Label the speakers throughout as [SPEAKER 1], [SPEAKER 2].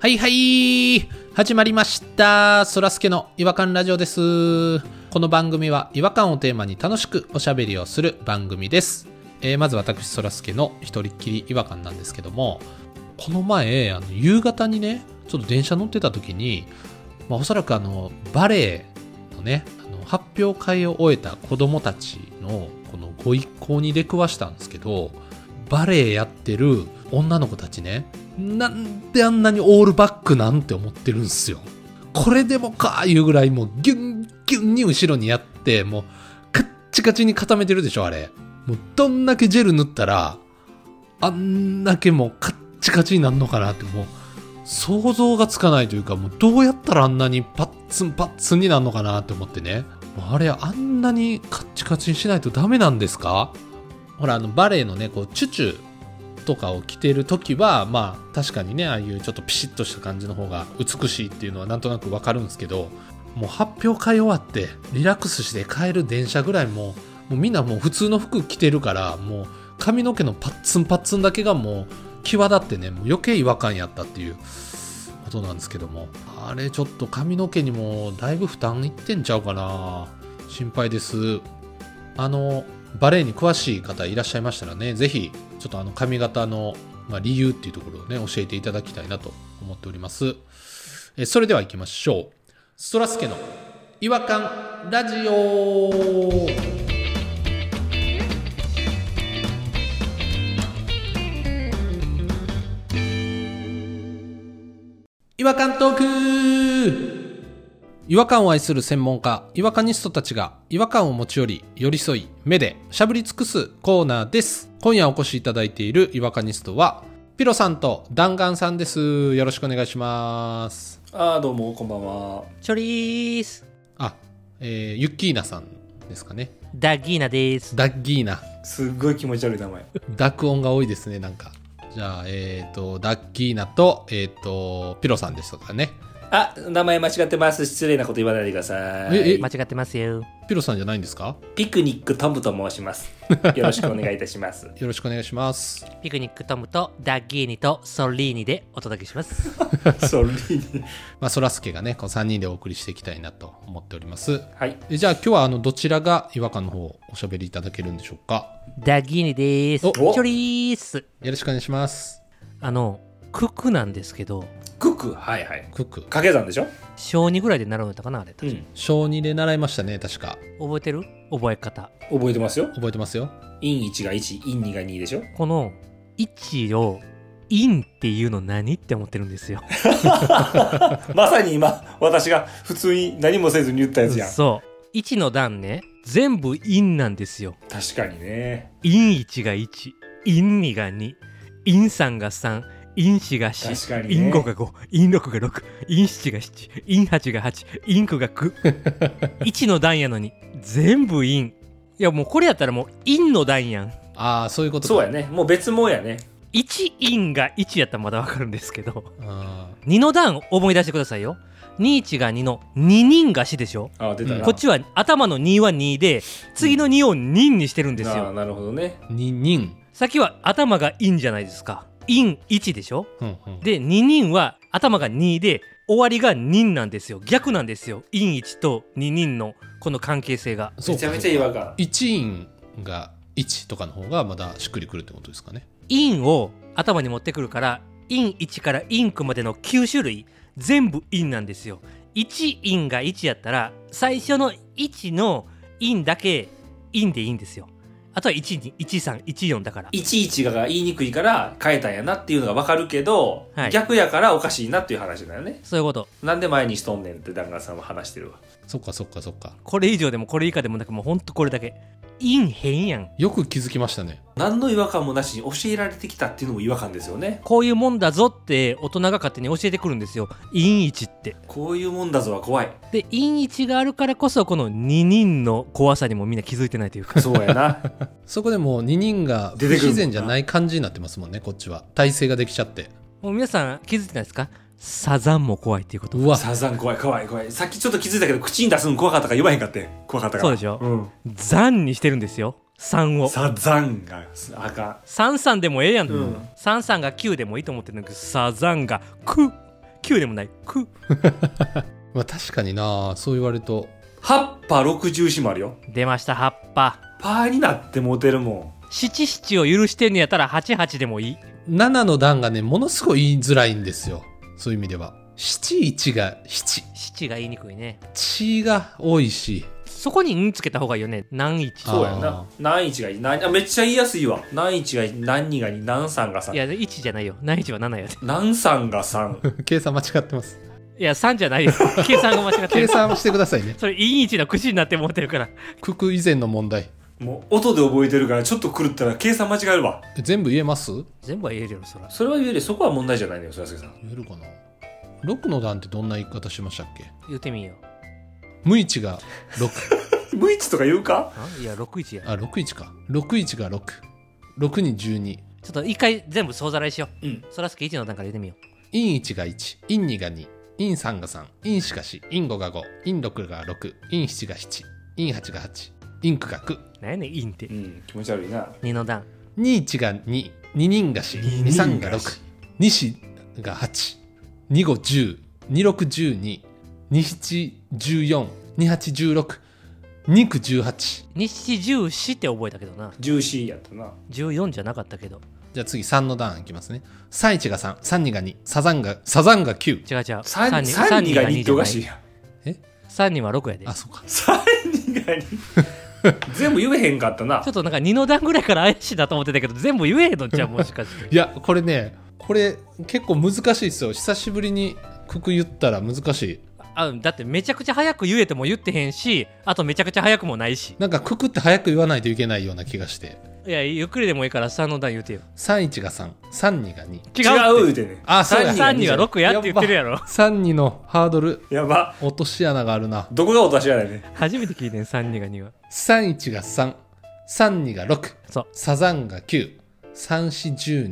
[SPEAKER 1] はいはい始まりましたそらすけの違和感ラジオですこの番組は違和感をテーマに楽しくおしゃべりをする番組です、えーまず私そらすけの一人っきり違和感なんですけどもこの前あの夕方にねちょっと電車乗ってた時に、まあ、おそらくあのバレエのねあの発表会を終えた子供たちのこのご一行に出くわしたんですけどバレエやってる女の子たちねなんであんなにオールバックなんて思ってるんすよこれでもかいうぐらいもうギュンギュンに後ろにやってもうカッチカチに固めてるでしょあれもうどんだけジェル塗ったらあんだけもうカッチカチになるのかなってもう想像がつかないというかもうどうやったらあんなにパッツンパッツンになるのかなって思ってねもうあれあんなにカッチカチにしないとダメなんですかほらあのバレエのねこうチュチュとかを着てる時はまあ確かにねああいうちょっとピシッとした感じの方が美しいっていうのはなんとなくわかるんですけどもう発表会終わってリラックスして帰る電車ぐらいもうもうみんなもう普通の服着てるからもう髪の毛のパッツンパッツンだけがもう際立ってねもう余計違和感やったっていうことなんですけどもあれちょっと髪の毛にもだいぶ負担いってんちゃうかな心配ですあのバレエに詳しい方いらっしゃいましたらねぜひちょっとあの髪型の、まあ、理由っていうところをね教えていただきたいなと思っておりますえそれでは行きましょうストラスケの違和感ラジオ違和感トーク違和感を愛する専門家違和感ニストたちが違和感を持ち寄り寄り添い目でしゃぶり尽くすコーナーです今夜お越しいただいている違和感ニストはピロさんと弾丸さんですよろしくお願いします
[SPEAKER 2] ああどうもこんばんは
[SPEAKER 3] チョリース
[SPEAKER 1] あ、えー、ユッキーナさんですかね
[SPEAKER 3] ダギーナです。
[SPEAKER 1] ダッギーナ
[SPEAKER 2] すっごい気持ち悪い名前
[SPEAKER 1] 濁音が多いですねなんかじゃあえっ、とダッギーナとえっ、とピロさんでしたからね
[SPEAKER 2] あ名前間違ってます失礼なこと言わないでください
[SPEAKER 1] ええ
[SPEAKER 3] 間違ってますよ。
[SPEAKER 1] ピロさんじゃないんですか
[SPEAKER 2] ピクニックトムと申しますよろしくお願いいたします
[SPEAKER 1] よろしくお願いします
[SPEAKER 3] ピクニックトムとダッギーニとソリーニでお届けします。
[SPEAKER 2] それに
[SPEAKER 1] まあそらすけがねこう3人でお送りしていきたいなと思っております
[SPEAKER 2] はい
[SPEAKER 1] えじゃあ今日はあのどちらが違和感の方をおしゃべりいただけるんでしょうか
[SPEAKER 3] ダッギーニです。
[SPEAKER 1] お
[SPEAKER 3] チョリース
[SPEAKER 1] よろしくお願いします
[SPEAKER 3] あの、ククなんですけど、
[SPEAKER 2] ククはいはい
[SPEAKER 1] クック
[SPEAKER 2] 掛け算でしょ
[SPEAKER 3] 小2ぐらいで習うんやったかなあれ。確か
[SPEAKER 1] 小2で習いましたね確か
[SPEAKER 3] 覚えてる覚え方。
[SPEAKER 2] 覚えてますよ
[SPEAKER 1] 覚えてますよ
[SPEAKER 2] 陰1が1陰2が2でしょ
[SPEAKER 3] この1をインっていうの何って思ってるんですよ。
[SPEAKER 2] まさに今私が普通に何もせずに言ったやつやん
[SPEAKER 3] そう。1の段ね、全部インなんですよ。
[SPEAKER 2] 確かにね
[SPEAKER 3] イン1が1、イン2が2、イン3が3、イン4が
[SPEAKER 2] 確か
[SPEAKER 3] 4、
[SPEAKER 2] にね
[SPEAKER 3] イン5が5、イン6が6、イン7が7、イン8が8、イン9が9。1の段やのに、全部イン。いやもうこれやったらもうインの段やん。
[SPEAKER 1] ああそういうことか
[SPEAKER 2] そうやねもう別もんやね
[SPEAKER 3] 1インが1やったらまだわかるんですけど、
[SPEAKER 1] あ
[SPEAKER 3] 2の段思い出してくださいよ。21が2の2人が4でしょ。
[SPEAKER 2] あー出た
[SPEAKER 1] うん
[SPEAKER 2] な
[SPEAKER 3] こっちは頭の2は2で、次の2を2にしてるんです
[SPEAKER 2] あー
[SPEAKER 3] よ。
[SPEAKER 2] なるほどね
[SPEAKER 1] ーに人
[SPEAKER 3] 先は頭がインじゃないですか。イン1でしょ
[SPEAKER 1] うんうん
[SPEAKER 3] で2人は頭が2で終わりが2なんですよ逆なんですよ陰1と2人のこの関係性が
[SPEAKER 1] そう
[SPEAKER 2] め
[SPEAKER 1] か
[SPEAKER 2] ちゃめちゃ違和感
[SPEAKER 1] 一員が1とかの方がまだしっくりくるってことですかね
[SPEAKER 3] 陰を頭に持ってくるから陰1から陰9までの9種類全部陰なんですよ1陰が1やったら最初の1の陰だけ陰でいいんですよあとは121314だから
[SPEAKER 2] 11が言いにくいから変えたんやなっていうのがわかるけど、
[SPEAKER 3] はい
[SPEAKER 2] 逆やからおかしいなっていう話だよね
[SPEAKER 3] そういうこと
[SPEAKER 2] なんで前にしとんねんって旦那さんは話してるわ
[SPEAKER 1] そっかそっかそっか
[SPEAKER 3] これ以上でもこれ以下でもなくもうほんとこれだけ陰変やん
[SPEAKER 1] よく気づきましたね
[SPEAKER 2] 何の違和感もなしに教えられてきたっていうのも違和感ですよね
[SPEAKER 3] こういうもんだぞって大人が勝手に教えてくるんですよ陰一って
[SPEAKER 2] こういうもんだぞは怖い
[SPEAKER 3] で陰一があるからこそこの二人の怖さにもみんな気づいてないというか
[SPEAKER 2] そうや な
[SPEAKER 1] そこでもう2人が不
[SPEAKER 2] 出てくるもんな
[SPEAKER 1] 自然じゃない感じになってますもんねこっちは体勢ができちゃって
[SPEAKER 3] もう皆さん気づいてないですかサザンも怖いっていうこと
[SPEAKER 1] うわ
[SPEAKER 2] サザン怖い怖い怖いさっきちょっと気づいたけど口に出すの怖かったから言わへんかって怖かったから
[SPEAKER 3] そうでしょ
[SPEAKER 2] うん
[SPEAKER 3] ザンにしてるんですよ3を
[SPEAKER 2] サザンがあかん
[SPEAKER 3] 33でもええやん、
[SPEAKER 2] うん
[SPEAKER 3] 33が9でもいいと思ってるんだけどサザンが9 9でもない9
[SPEAKER 1] まあ確かになそう言われると
[SPEAKER 2] 葉っぱ64もあるよ。
[SPEAKER 3] 出ました葉っぱ
[SPEAKER 2] パーになってモテるも
[SPEAKER 3] 七七を許してんのやったら八八でもいい
[SPEAKER 1] 7の段がねものすごい言いづらいんですよそういう意味では71が7
[SPEAKER 3] 七が言いにくいね
[SPEAKER 1] 血が多いし
[SPEAKER 3] そこに「ん」つけた方がいいよね何一
[SPEAKER 2] ん。
[SPEAKER 1] あ
[SPEAKER 2] そうやな。何一がいい。何あめっちゃ言いやすいわ。何一がいい。何二がいい。何三が
[SPEAKER 3] い
[SPEAKER 2] 3。
[SPEAKER 3] や一じゃないよ何一は七やで
[SPEAKER 2] 何三が3。
[SPEAKER 1] 計算間違ってます
[SPEAKER 3] いや三じゃないよ計算が間違って
[SPEAKER 1] 計
[SPEAKER 3] る
[SPEAKER 1] 算してくださいね
[SPEAKER 3] それ陰一の口になって思ってるから
[SPEAKER 1] 九九以前の問題
[SPEAKER 2] もう音で覚えてるからちょっと狂ったら計算間違えるわ。
[SPEAKER 1] 全部言えます言
[SPEAKER 3] 全部は言えるよそら
[SPEAKER 2] それは言える。そこは問題じゃないのよ、そらすけさん。
[SPEAKER 1] えるかな6の段ってどんな言い方しましたっけ
[SPEAKER 3] 言ってみよう
[SPEAKER 1] 無一が6
[SPEAKER 2] 無一とか言うか
[SPEAKER 3] あいや六一や
[SPEAKER 1] あ六一か61が66に12
[SPEAKER 3] ちょっと一回全部総ざらいしよう
[SPEAKER 2] うん。
[SPEAKER 3] そらすけ一の段から言ってみよう
[SPEAKER 1] 陰1が1陰2が2陰3が3陰4が4陰5が5陰6が6陰7が7陰8が8陰9が9
[SPEAKER 3] 何やねん陰って
[SPEAKER 2] うん。気持ち悪いな。
[SPEAKER 3] 二の段
[SPEAKER 1] 2一が2二人が4
[SPEAKER 2] 二
[SPEAKER 1] 二三
[SPEAKER 2] 人
[SPEAKER 1] が
[SPEAKER 2] が
[SPEAKER 1] 6二四が8二五10二六12二七14二八16二九18
[SPEAKER 3] 日七十四って覚えたけどな
[SPEAKER 2] 重視やったな。
[SPEAKER 3] 十四じゃなかったけど
[SPEAKER 1] じゃあ次3の段いきますね3一が3三二が2サザンがサザンが9
[SPEAKER 3] 違う違う
[SPEAKER 2] 三二三二が二っておかしい
[SPEAKER 3] い
[SPEAKER 2] やん。
[SPEAKER 3] 3人は6やでちょ
[SPEAKER 1] あそうか
[SPEAKER 2] 三二が二。 全部言えへんかったな
[SPEAKER 3] っ。となんか2の段ぐらいから怪しいなと思ってたけど全部言えへんのじゃあもしかして
[SPEAKER 1] いやこれねこれ結構難しいですよ久しぶりにくく言ったら難しい
[SPEAKER 3] あだってめちゃくちゃ早く言えても言ってへんしあとめちゃくちゃ早くもないし
[SPEAKER 1] なんかくくって早く言わないといけないような気がして
[SPEAKER 3] いやゆっくりでもいいから3の段言うてよ
[SPEAKER 1] 3一が332が2
[SPEAKER 3] 違
[SPEAKER 2] 違う
[SPEAKER 3] う
[SPEAKER 2] 言う
[SPEAKER 3] って
[SPEAKER 2] てんねん。
[SPEAKER 1] あそうや
[SPEAKER 2] 三
[SPEAKER 3] 3
[SPEAKER 2] 二
[SPEAKER 3] 人は
[SPEAKER 2] が二
[SPEAKER 3] 6やって言ってるやろ
[SPEAKER 1] 32のハードル
[SPEAKER 2] やば。
[SPEAKER 1] 落とし穴があるな
[SPEAKER 2] どこが落とし穴やねん。
[SPEAKER 3] 初めて聞いてん3人が2は
[SPEAKER 1] 31が332が6
[SPEAKER 3] そう
[SPEAKER 1] サザンが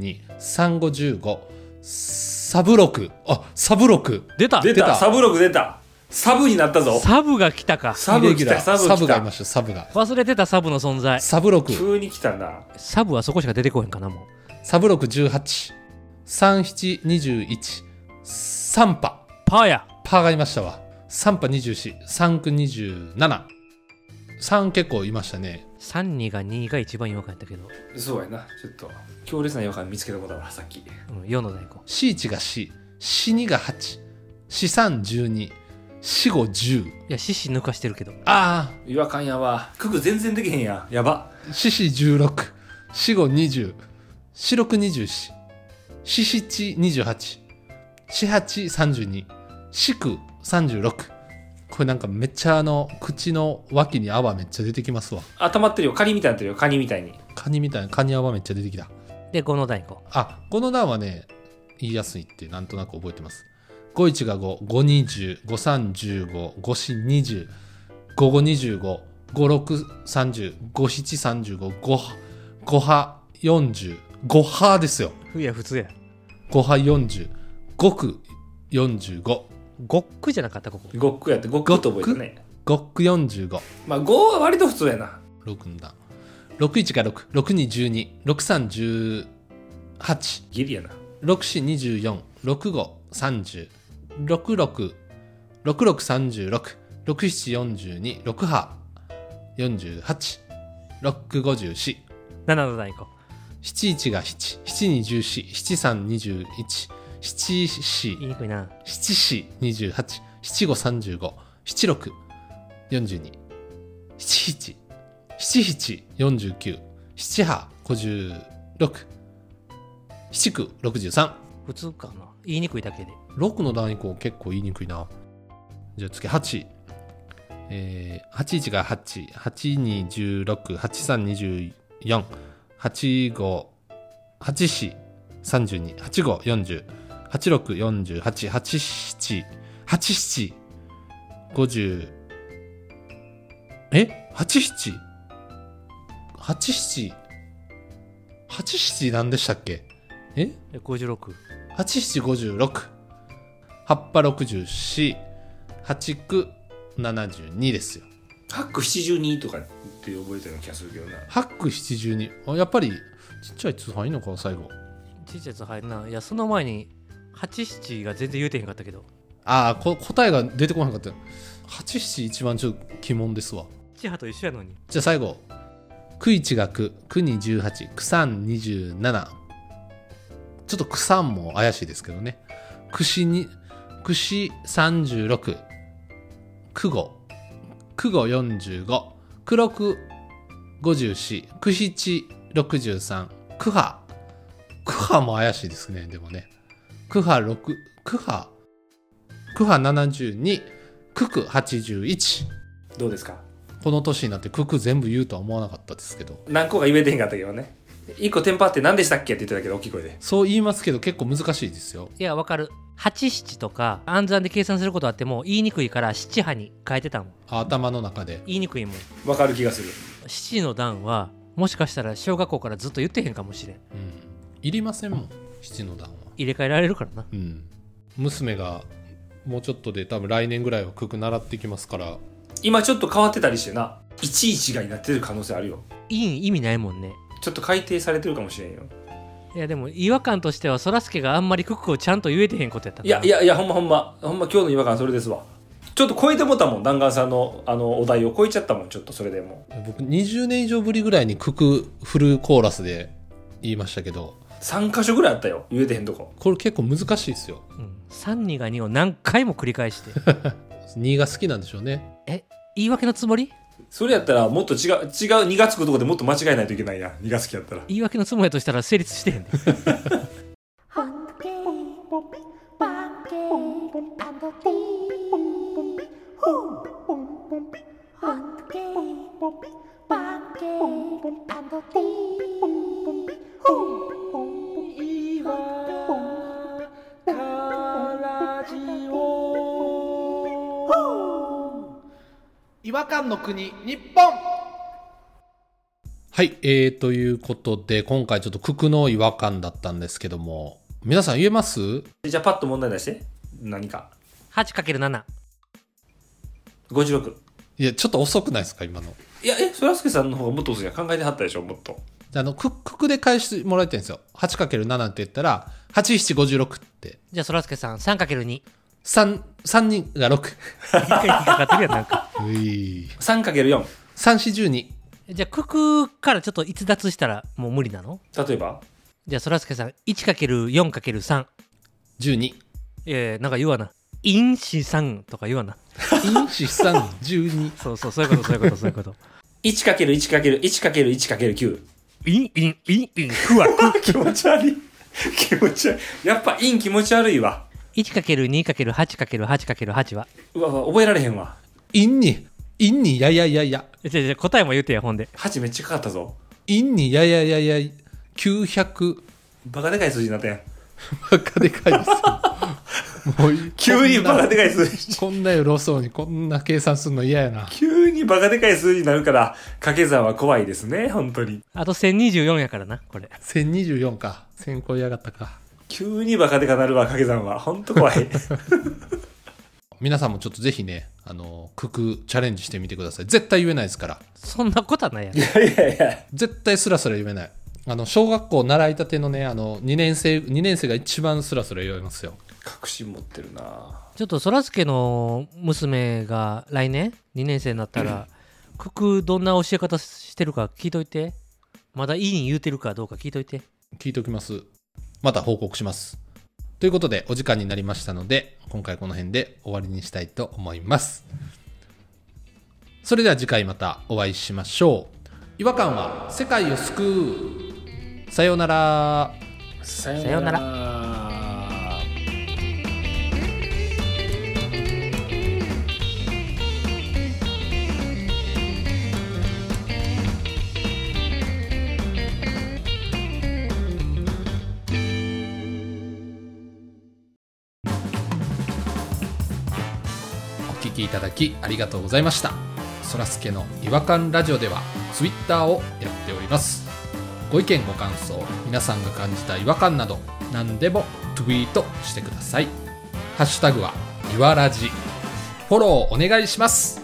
[SPEAKER 1] 934123515サブロクあサブロク
[SPEAKER 3] 出た
[SPEAKER 2] 出
[SPEAKER 1] 出た
[SPEAKER 2] た。サブロック出た。サブになったぞ。
[SPEAKER 3] サブが来たか
[SPEAKER 2] サ
[SPEAKER 1] イレ
[SPEAKER 2] ブ
[SPEAKER 1] ギ
[SPEAKER 2] 来
[SPEAKER 1] ュラ
[SPEAKER 2] た。
[SPEAKER 1] ー
[SPEAKER 2] サブ
[SPEAKER 1] サブ
[SPEAKER 2] 来
[SPEAKER 1] がいま
[SPEAKER 2] た。
[SPEAKER 1] したサブが
[SPEAKER 3] 忘れてたサブの存在
[SPEAKER 1] サブロク
[SPEAKER 2] 急に来たな。
[SPEAKER 3] サブはそこしか出てこへんかなもう
[SPEAKER 1] サブロク183721サンパ
[SPEAKER 3] パーや
[SPEAKER 1] パーがいましたわサンパ24サンク27三結構いましたね
[SPEAKER 3] 3人が2が一番違和感やったけど、
[SPEAKER 2] そうやな。ちょっと、強烈な違和感見つけたことだわ、さっき。
[SPEAKER 3] うん、4の段いこう
[SPEAKER 1] 41が4、42が8、4312、4510。
[SPEAKER 3] いや獅子抜かしてるけど
[SPEAKER 1] あ
[SPEAKER 2] 違和感やわ。クク全然できへんやん。やば。
[SPEAKER 1] あ、四四十六、四五二十、四六二十四、四七二十八、四八三十二、四九三十六。これなんかめっちゃあの、口の脇に泡めっちゃ出てきますわ。
[SPEAKER 2] あ、溜まってるよ。カニみたいになってるよ。カニみたいに。
[SPEAKER 1] カニみたいな、カニ泡めっちゃ出てきた。
[SPEAKER 3] で5の段いこう
[SPEAKER 1] あ、この段はね、言いやすいってなんとなく覚えてます。51が5、520、5315、5420、5525、5630、5735、5、5波40、5波ですよ。
[SPEAKER 3] いや普通や
[SPEAKER 1] 5波40、5区45、
[SPEAKER 3] ごっくじゃなかったここ
[SPEAKER 2] ごっくやって、ごっくと覚えたね。
[SPEAKER 1] 5区45。
[SPEAKER 2] まあ、5は割と普通やな。
[SPEAKER 1] 6の段。61が6、6212、6318、
[SPEAKER 2] ギリやな。
[SPEAKER 1] 六四二十四、六五三十、六六六六三十六、六七四十二、六八四十八、六五十四、
[SPEAKER 3] 7の段いこ
[SPEAKER 1] 七一が七、七二十四、七三二十一、七四
[SPEAKER 3] う言いにくいな
[SPEAKER 1] 七四二十八、七五三十五、七六四十二、七七七七四十九、七八五十六、七九六十三。
[SPEAKER 3] 普通かな言いにくいだけで
[SPEAKER 1] 6の段以降結構言いにくいな。じゃあ次8。えー、81が8、8216、8324、85、84、32、85、40、86、48、87、87、50、え ?87、87、87何でしたっけえ
[SPEAKER 3] で56
[SPEAKER 1] 8756葉っぱ64八九72ですよ
[SPEAKER 2] ハック72とかって覚えたような気がするけどな。
[SPEAKER 1] 八九72あやっぱりちっちゃい通販いいのか最後
[SPEAKER 3] ちっちゃいやつ入るないやその前に八七が全然言うてへんかったけど
[SPEAKER 1] ああこ答えが出てこなかった八七一番ちょっと鬼門ですわ
[SPEAKER 3] 千葉と一緒やのに
[SPEAKER 1] じゃあ最後九一が九九に十八九三二十七ちょっと九三も怪しいですけどね九四に九四三十六九五九五四十五九六五十四九七六十三九波九波も怪しいですねでもね九波六九波九波七十二九九八十一
[SPEAKER 2] どうですか
[SPEAKER 1] この年になって九九全部言うとは思わなかったですけど
[SPEAKER 2] 何個か言えてへんかったけどね一個テンパって何でしたっけって言ってたけど大きい声で
[SPEAKER 1] そう言いますけど結構難しいですよ
[SPEAKER 3] いやわかる八七とか暗算で計算することあっても言いにくいから七波に変えてたもん
[SPEAKER 1] あ頭の中で
[SPEAKER 3] 言いにくいもん
[SPEAKER 2] わかる気がする
[SPEAKER 3] 七の段はもしかしたら小学校からずっと言ってへんかもしれん
[SPEAKER 1] うんいりませんもん七の段は
[SPEAKER 3] 入れ替えられるからな
[SPEAKER 1] うん娘がもうちょっとで多分来年ぐらいは九九習ってきますから
[SPEAKER 2] 今ちょっと変わってたりしてな11がになってる可能性あるよ
[SPEAKER 3] いい意味ないもんね
[SPEAKER 2] ちょっと改定されてるかもしれんよ
[SPEAKER 3] いやでも違和感としてはそらすけがあんまりクックをちゃんと言えてへんことやった
[SPEAKER 2] いやい
[SPEAKER 3] や
[SPEAKER 2] やいやほんまほんまほんま今日の違和感それですわちょっと超えてもたもん弾丸さんのあのお題を超えちゃったもんちょっとそれでも
[SPEAKER 1] 僕20年以上ぶりぐらいに九九フルコーラスで言いましたけど
[SPEAKER 2] 3箇所ぐらいあったよ言えてへんとこ
[SPEAKER 1] これ結構難しいですよ
[SPEAKER 3] うん、32が2を何回も繰り返して
[SPEAKER 1] 2が好きなんでしょうね
[SPEAKER 3] え言い訳のつもり
[SPEAKER 2] それやったらもっと違う違う2がつくとこでもっと間違えないといけないや2が好きやったら
[SPEAKER 3] 言い訳のつもりやとしたら成立してへんで
[SPEAKER 4] Hunky,
[SPEAKER 5] 違和感の国日本
[SPEAKER 1] はいえー、ということで今回ちょっと九九の違和感だったんですけども皆さん言えます
[SPEAKER 2] じゃあパッと問題出して何か
[SPEAKER 3] 8×7
[SPEAKER 2] 56
[SPEAKER 1] いやちょっと遅くないですか今の
[SPEAKER 2] いやえそらすけさんの方がもっと遅いやん考えてはったでしょもっと
[SPEAKER 1] あの、クックで返してもらいたいんですよ。8×7 って言ったら、8756って。
[SPEAKER 3] じゃあそらすけさん 3×2
[SPEAKER 1] 3、3人が6。
[SPEAKER 3] かかってるやんなん か
[SPEAKER 1] うい
[SPEAKER 2] 3×4
[SPEAKER 1] 3、
[SPEAKER 3] じゃあククからちょっと逸脱したらもう無理なの
[SPEAKER 2] 例えば
[SPEAKER 3] じゃあそらすけさん 1×4×3
[SPEAKER 1] 4、12。
[SPEAKER 3] いやいやなんか言わな因子さんとか言わな
[SPEAKER 1] 12。インシ3、12。
[SPEAKER 3] そうそうそういうことそういうことそういう こと
[SPEAKER 2] 1×1×1×1×9
[SPEAKER 3] インインインインクワ
[SPEAKER 2] 気持ち悪い 気持ち悪いやっぱ陰気持ち悪いわ
[SPEAKER 3] 1×2×8×8×8 は
[SPEAKER 2] うわうわ覚えられへんわ
[SPEAKER 1] インに、インにやややや。
[SPEAKER 3] じゃあじゃあ答えも言うてやほんで
[SPEAKER 2] 8めっちゃかかったぞ
[SPEAKER 1] インにやややや。900。
[SPEAKER 2] バカでかい数字になったやん
[SPEAKER 1] バカでかいですよ。もう、
[SPEAKER 2] 急にバカでかい数字
[SPEAKER 1] こんなよろそうにこんな計算するの嫌やな。
[SPEAKER 2] 急にバカでかい数字になるから掛け算は怖いですね本当に
[SPEAKER 3] あと1024やからなこれ
[SPEAKER 1] 1024か。1000超えやがったか。
[SPEAKER 2] 急にバカでかなるわ掛け算は本当 怖い
[SPEAKER 1] 皆さんもちょっとぜひね、あの、クックチャレンジしてみてください。絶対言えないですから。
[SPEAKER 3] そんなことはないやん
[SPEAKER 2] いやいやいや
[SPEAKER 1] 絶対スラスラ言えないあの小学校習いたてのねあの2年生2年生が一番スラスラ言えますよ
[SPEAKER 2] 確信持ってるな
[SPEAKER 3] ちょっとそらすけの娘が来年2年生になったら、ククどんな教え方してるか聞いといてまだいいん言うてるかどうか聞いといて
[SPEAKER 1] 聞いておきますまた報告しますということでお時間になりましたので今回この辺で終わりにしたいと思いますそれでは次回またお会いしましょう違和感は世界を救うさようなら
[SPEAKER 2] さ
[SPEAKER 3] さようなら
[SPEAKER 2] ら
[SPEAKER 1] お聞きいただきありがとうございましたそらすけの違和感ラジオではツイッターをやっておりますご意見ご感想皆さんが感じた違和感など何でもツイートしてくださいハッシュタグはいわらじフォローお願いします